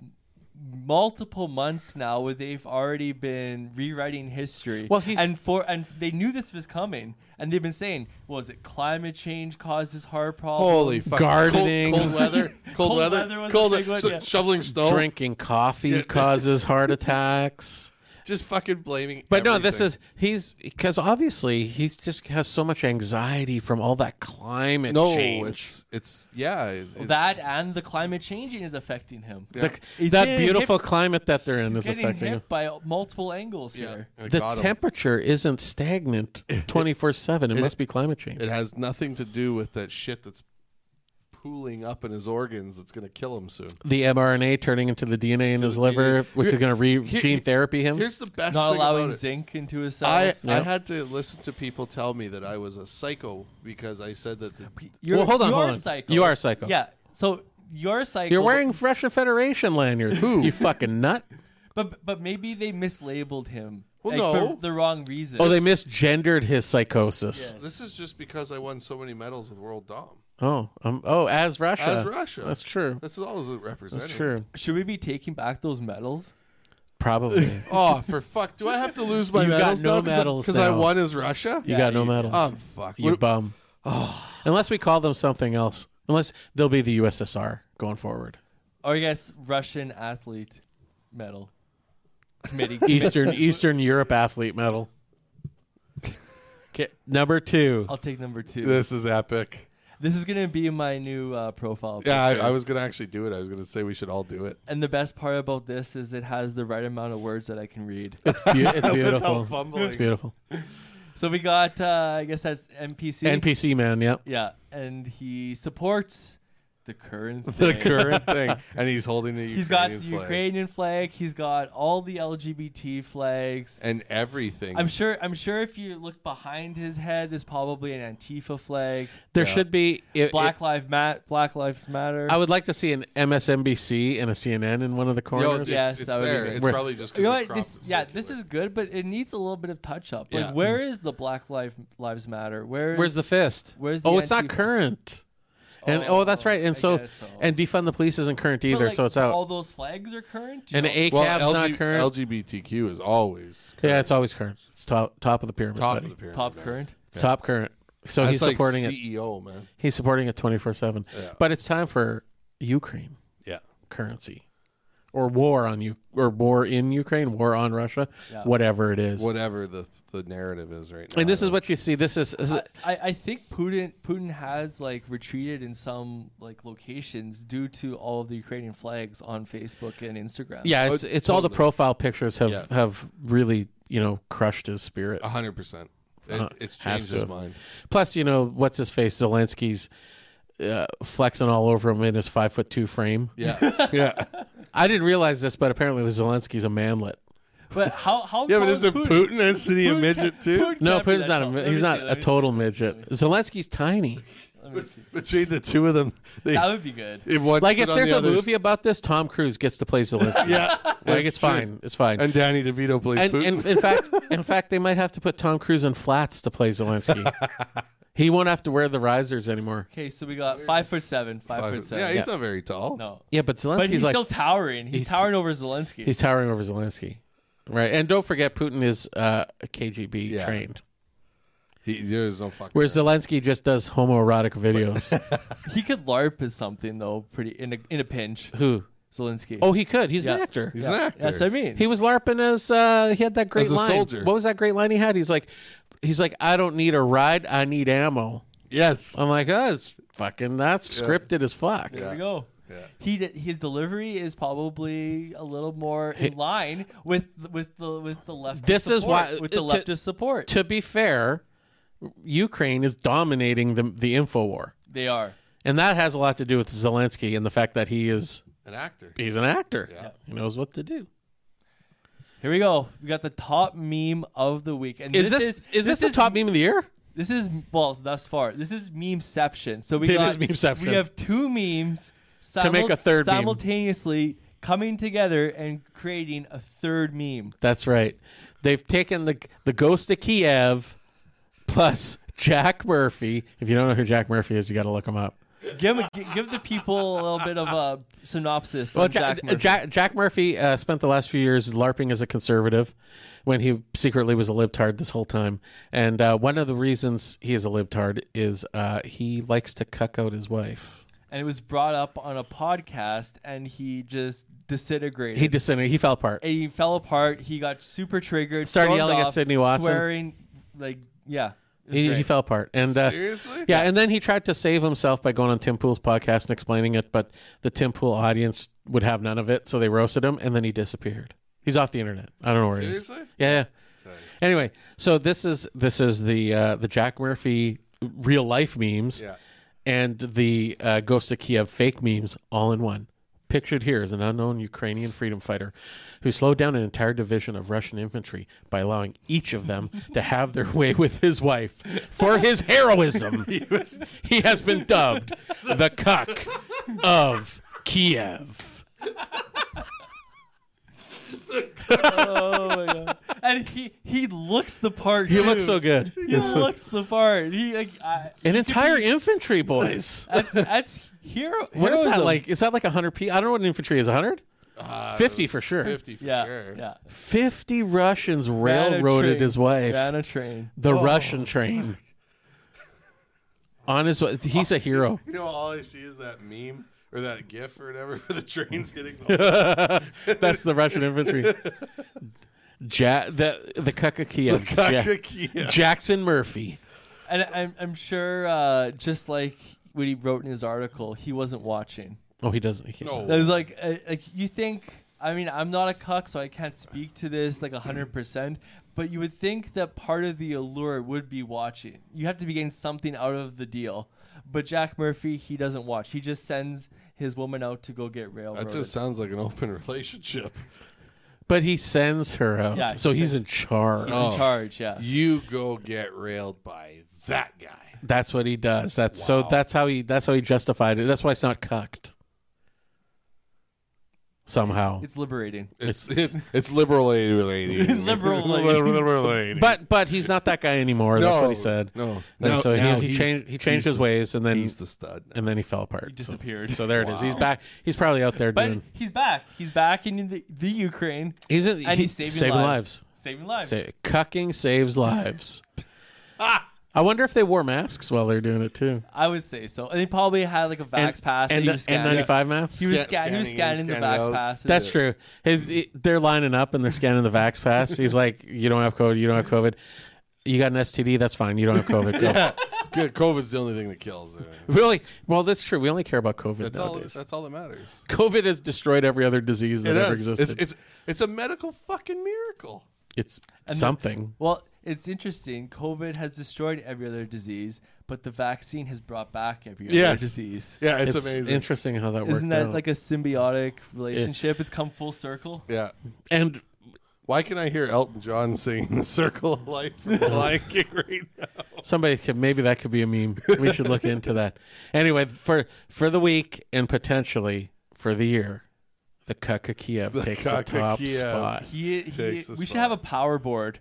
multiple months now where they've already been rewriting history. Well, he's- and for and they knew this was coming, and they've been saying, "Was it climate change caused this heart problem?" Holy fuck. Gardening. Cold, cold weather. Cold, Cold weather. weather was a cold big one, so yeah. Shoveling snow. Drinking coffee causes heart attacks. Just fucking blaming. But no, this everything. is he's because obviously he's just has so much anxiety from all that climate No, change. it's. It's. Yeah. It's, it's- that and the climate changing is affecting him. The- He's that getting beautiful hit- climate that they're in is Getting affecting him. hit by multiple angles Yeah, here. I The got 'em. temperature isn't stagnant 24 7. It, must be climate change. It has nothing to do with that shit that's pooling up in his organs that's going to kill him soon. the mRNA turning into the DNA in his the liver, DNA. which is going to re Here- gene therapy him. Here's the best Not thing allowing about it. zinc into his I, cells. I Yeah. had to listen to people tell me that I was a psycho because I said that. The, You're, Well, hold on, you hold are on. Psycho. You are psycho. Yeah. So you're psycho. You're wearing Russian Federation lanyard. You fucking nut. but but maybe they mislabeled him. Well, like, no. for the wrong reason. Oh, they misgendered his psychosis. Yes. this is just because I won so many medals with World Dom Oh, um, oh, as Russia. as Russia. That's true. That's all it represented. That's true. Should we be taking back those medals? Probably. you Oh, for fuck! Do I have to lose my You've got medals no now? 'cause I- medals I, now. won as Russia. Yeah, got no you- medals. Oh fuck! you What- Ah. bum. Unless we call them something else. Unless they'll be the USSR going forward. Or I guess Russian athlete medal committee. Eastern Eastern Europe athlete medal. Okay, number two. I'll take number two. This, this is epic. is gonna be my new uh, profile. Yeah, picture. I, I was gonna actually do it. I was gonna say we should all do it. And the best part about this is it has the right amount of words that I can read. Be- it's Without beautiful. fumbling. It's beautiful. so we got, uh, I guess that's NPC. NPC man. Yep. Yeah, and he supports the current. Thing. The current thing, and he's holding the Ukrainian He's got the flag. Ukrainian flag. He's got all the LGBT flags. and everything. I'm sure. I'm sure if you look behind his head, there's probably an Antifa flag. There should be it, Black Lives Mat. Black Lives Matter. I would like to see an MSNBC and a CNN in one of the Yo, corners. it's, Yeah. Yes, it's that would be there. good. It's Where- probably just you know because what? This, yeah, this is good, but it needs a little bit of touch up. Like, Yeah. where is the Black Life Lives Matter? Where is Where's the fist? Where's the oh, it's not anti- current. And oh, that's right. And I so, guess so. and defund the police isn't current But, either, like, so it's out. All those flags are current. You and know? ACAB's Well, LG not current. LGBTQ is always current. yeah, it's always current. It's top top of the pyramid. top buddy. of the pyramid. top man. current. It's top current. So That's he's like supporting it. CEO, man. He's supporting it twenty four seven. Yeah. But it's time for Ukraine Yeah. currency, or war on you, or war in Ukraine, war on Russia, Yeah. whatever it is. Whatever the, the narrative is right now. and this is what you see. This is, this is- I, I think Putin Putin has like retreated in some like locations due to all of the Ukrainian flags on Facebook and Instagram. yeah. It's, Oh, it's all the totally. profile pictures have Yeah. have really you know crushed his spirit. 100%. It, Uh, it's has changed to his have. mind. Plus, you know what's his face, Zelensky's. Uh, flexing all over him in his five foot two frame. Yeah. yeah. I didn't realize this, but apparently Zelensky's a manlet. but how how Yeah, tall but is isn't Putin? Putin, isn't he a Putin midget can't- too? Putin No, can't be Putin's that not tall. a Let he's me not see, a let me see, total let me see, midget. let me see. Zelensky's tiny. Let me see. Between the two of them, they, That would be good. if one Like stood if on there's the a other- movie about this, Tom Cruise gets to play Zelensky. yeah, like that's it's true. fine. It's fine. And Danny DeVito plays And, Putin. and in fact, in fact, they might have to put Tom Cruise in flats to play Zelensky. he won't have to wear the risers anymore. Okay, so we got five foot seven, five Five foot foot- yeah, seven. he's not very tall. no, Yeah, but Zelensky's but he's like still towering. He's, he's- towering over Zelensky. he's towering over Zelensky, right? And don't forget, Putin is uh, KGB Yeah. trained, He, there's no fucking. whereas Zelensky just does homoerotic videos. he could LARP as something though, pretty in a in a pinch. Who? Zelensky. Oh, he could. He's an Yeah. actor. he's an actor. that's what I mean. He was LARPing as uh, he had that great As a line. soldier. What was that great line he had? He's like, he's like, I don't need a ride, I need ammo. yes. I'm like, oh, it's fucking that's scripted as fuck. there Yeah. we go. Yeah. He d- his delivery is probably a little more in line with with the with the left. This is why- uh, with the to- leftist support To be fair, Ukraine is dominating the the info war, they are. and that has a lot to do with Zelensky and the fact that he is An actor. he's an actor. Yeah. He knows what to do. Here we go. We got the top meme of the week, and Is this, is this, the top meme of the year? This is well thus far. This is memeception. So we It got is memeception. We have two memes To make a third meme. simultaneously coming together and creating a third meme. That's right. They've taken the the ghost of Kiev plus Jack Murphy. If you don't know who Jack Murphy is, you got to look him up. Give gi- give the people a little bit of a synopsis. Well, of Jack, Jack Murphy. Jack, Jack Murphy uh, spent the last few years larping as a conservative, when he secretly was a libtard this whole time. And uh, one of the reasons he is a libtard is uh, he likes to cuck out his wife. and it was brought up on a podcast, and he just disintegrated. He disintegrated. He fell apart. and he fell apart. He got super triggered. Started stormed yelling at off, Sidney Watson. swearing like yeah. it was He, great. he fell apart. And uh, Seriously? Yeah, and then he tried to save himself by going on Tim Pool's podcast and explaining it, but the Tim Pool audience would have none of it, so they roasted him, and then he disappeared. He's off the internet. I don't know where he is. Seriously? Yeah, yeah. Nice. Anyway, so this is this is the uh, the Jack Murphy real life memes Yeah. and the uh, Ghost of Kiev fake memes all in one. Pictured here is an unknown Ukrainian freedom fighter who slowed down an entire division of Russian infantry by allowing each of them to have their way with his wife for his heroism. he has been dubbed the cuck of Kiev. Oh my god! And he he looks the part. He looks so good. He looks the part. He like I, An entire infantry, boys. that's that's hero. What is that heroism. like? Is that like 100 people? I don't know what an infantry is. 100? Uh, 50 for sure. 50, 50 for Yeah, sure. yeah. 50 Russians Ran a railroaded train. Oh. his wife. Ran a train. The Russian train. On his way, he's a hero. You know, all I see is that meme or that GIF or whatever where the train's getting. That's the Russian infantry. Ja- the the cuck of Kiev. Ja- yeah. Jackson Murphy. And I'm I'm sure uh, just like what he wrote in his article, he wasn't watching. Oh, he doesn't. He, No. It was like uh, like you think. I mean, I'm not a cuck, so I can't speak to this like 100%. But you would think that part of the allure would be watching. You have to be getting something out of the deal. But Jack Murphy, he doesn't watch. He just sends his woman out to go get railroaded. That just sounds like an open relationship. But he sends her out. Yeah, he so he's sends- in charge. He's Oh. in charge, yeah. You go get railed by that guy. That's what he does. That's so that's how he that's how he justified it. That's why it's not cucked. somehow. It's liberating. It's it's, it's liberal E. alienating. Liberal alienating. but but he's not that guy anymore. That's No, what he said. no. And No, so now he, he he's- changed he changed he's his the- ways and then he's the stud. and then he fell apart. He disappeared. So, there it is. He's back. He's probably out there But doing. he's back. He's back in the, the Ukraine, He's in, and he- he's saving, lives. Saving lives. Sa- cucking saves lives. I wonder if they wore masks while they're doing it too. I would say so. And he probably had like a vax pass. that and he was scanning. N95 masks. He was, Yeah, scan- he was scanning, scanning, the scanning vax out. pass. That's true. His he- they're lining up and they're scanning the vax pass. He's like, "You don't have COVID. You don't have COVID. You got an STD. That's fine. You don't have COVID." Go. Good. COVID's the only thing that kills. uh, Really? Well, that's true. We only care about COVID That's all. nowadays. That's all that matters. COVID has destroyed every other disease that It ever is. existed. It's It's, it's it's a medical fucking miracle. something. Well, it's interesting. COVID has destroyed every other disease, but the vaccine has brought back every other Yes. disease. Yeah, it's, It's, amazing. interesting how that worked Isn't that out. like a symbiotic relationship? It's come full circle. yeah. and Why can I hear Elton John singing "The Circle of Life" from The Lion King right now? somebody could maybe that could be a meme. We should look into that. Anyway, for for the week and potentially for the year, the Kaka Kiev takes the Kaka top Kiev. spot. He, he- Takes the we should spot. have a power board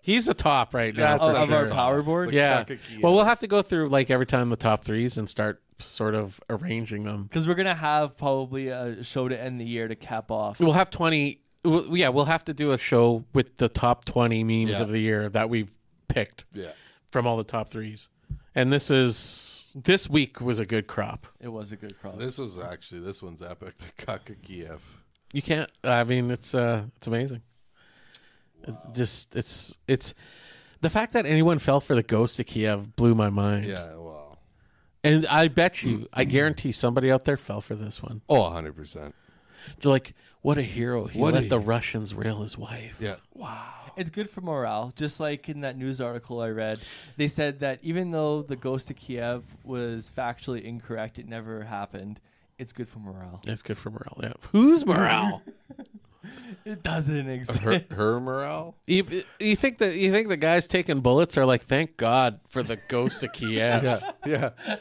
He's the top right now. That's of, for of our sure. power board. Yeah. Kaka Kiev. Well, we'll have to go through like every time the top threes and start sort of arranging them. Because we're gonna have probably a show to end the year to cap off. We'll have 20. Well, yeah, we'll have to do a show with the top 20 memes Yeah. of the year that we've picked Yeah. from all the top threes. And this is this week was a good crop. It was a good crop. This was actually this one's epic. The Kaka Kiev. You can't. I mean, it's uh, it's amazing. It Just it's it's the fact that anyone fell for the ghost of Kiev blew my mind. Yeah. Mm-hmm. Wow. And I bet you, I guarantee somebody out there fell for this one. Oh, 100 percent. They're like, what a hero. He What let a- the Russians rail his wife. Yeah. It's good for morale. Just like in that news article I read, they said that even though the ghost of Kiev was factually incorrect, it never happened. It's good for morale. That's good for morale. Yeah. Who's morale? It doesn't exist. Her, her morale. you, you think that you think the guys taking bullets are like, thank God for the ghost of Kiev. Yeah. Yeah.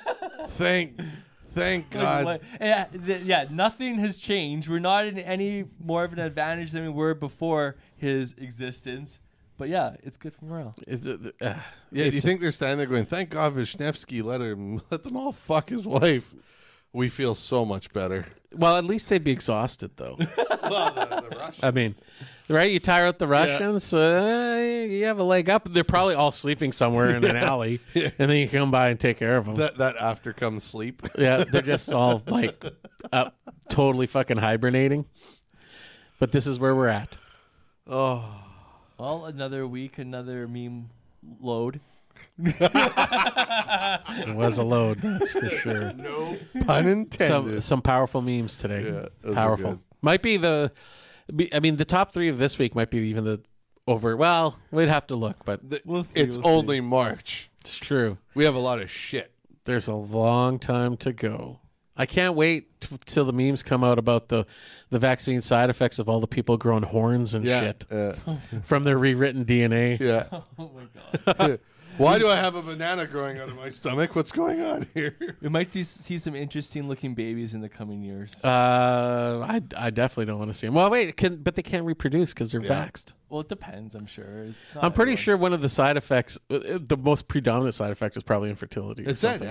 thank, thank Like, God. what- yeah, th- yeah, nothing has changed. We're not in any more of an advantage than we were before his existence. But yeah, it's good for morale. Is it- uh, Yeah, do you think they're standing there going, "Thank God Vishnevsky let him let them all fuck his wife"? We feel so much better. well, at least they'd be exhausted though. well, the, the Russians. I mean, right? You tire out the Russians, uh, you have a leg up. They're probably all sleeping somewhere in an alley, and then you come by and take care of them. that that after comes sleep. Yeah, they're just all like up, totally fucking hibernating. But this is where we're at. Oh, Well, another week, another meme load. It was a load, that's for sure. no pun Some intended. some powerful memes today. Yeah, those are powerful. good. Might be the. be- I mean, the top three of this week might be even the over. Well, we'd have to look, but The- We'll see, it's we'll see. only March. it's true. We have a lot of shit. There's a long time to go. I can't wait t- till the memes come out about the the vaccine side effects of all the people growing horns and shit Uh, from their rewritten DNA. yeah. Oh my god. Why do I have a banana growing out of my stomach? What's going on here? We might s- see some interesting looking babies in the coming years. Uh, I, I definitely don't want to see them. Well, wait, can but they can't reproduce because they're Yeah. vaxxed. well, it depends, I'm sure. It's not I'm pretty everyone. sure one of the side effects, uh, uh, the most predominant side effect, is probably infertility. or It said something.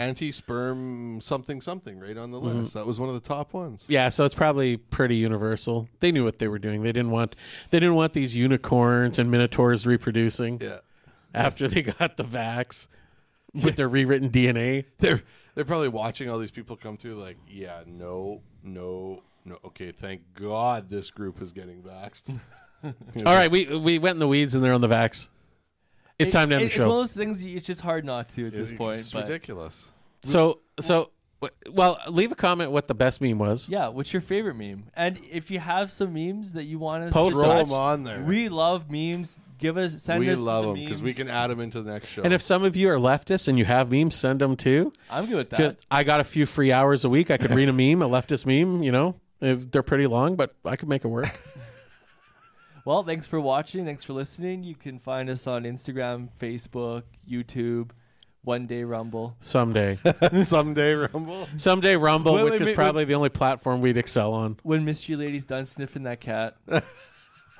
anti-sperm something something right on the Mm-hmm. list. That was one of the top ones. Yeah, so it's probably pretty universal. They knew what they were doing. They didn't want they didn't want these unicorns and minotaurs reproducing Yeah. after they got the vax with their rewritten DNA. They're they're probably watching all these people come through like, yeah, no, no, no. Okay, thank God this group is getting vaxxed. All right, we we went in the weeds and they're on the vax. It's It- time to end it- the It's one of show. those things you- it's just hard not to at this point. it's but ridiculous. So so w- well, leave a comment what the best meme was. yeah, what's your favorite meme? And if you have some memes that you want us Post to Throw Touch. them on there. We love memes. Give us send we us love the them because we memes. can add them into the next show. And if some of you are leftists and you have memes, send them too. I'm good with that. Because I got a few free hours a week. I could read a meme, a leftist meme, you know. Uh, They're pretty long, but I could make it work. Well, thanks for watching. Thanks for listening. You can find us on Instagram, Facebook, YouTube. One day rumble. someday, Someday, Rumble. someday Rumble, Wait, which wait, is wait, probably the only platform we'd excel on. When mystery lady's done sniffing that cat, Do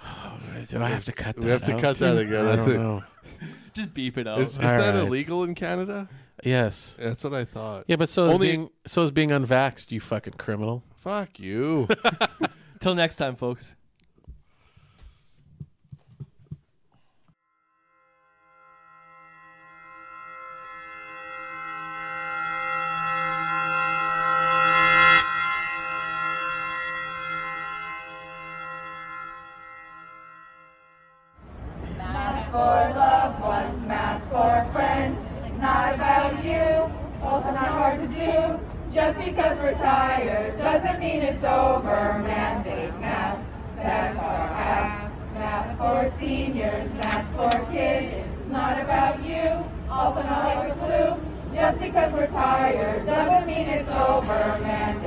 I have to cut? That We have to out? cut that again. I I don't think. know. just beep it out. Is, is Oh, All that right. illegal in Canada? Yes. That's what I thought. Yeah, but so is Only- being so is being unvaxxed. You fucking criminal. Fuck you. Till next time, folks. Mask for loved ones, mask for friends. It's not about you, also not hard to do. Just because we're tired doesn't mean it's over. Mandate masks, that's our ask. Masks for seniors, masks for kids. It's not about you, also not like the flu. Just because we're tired doesn't mean it's over. Mandate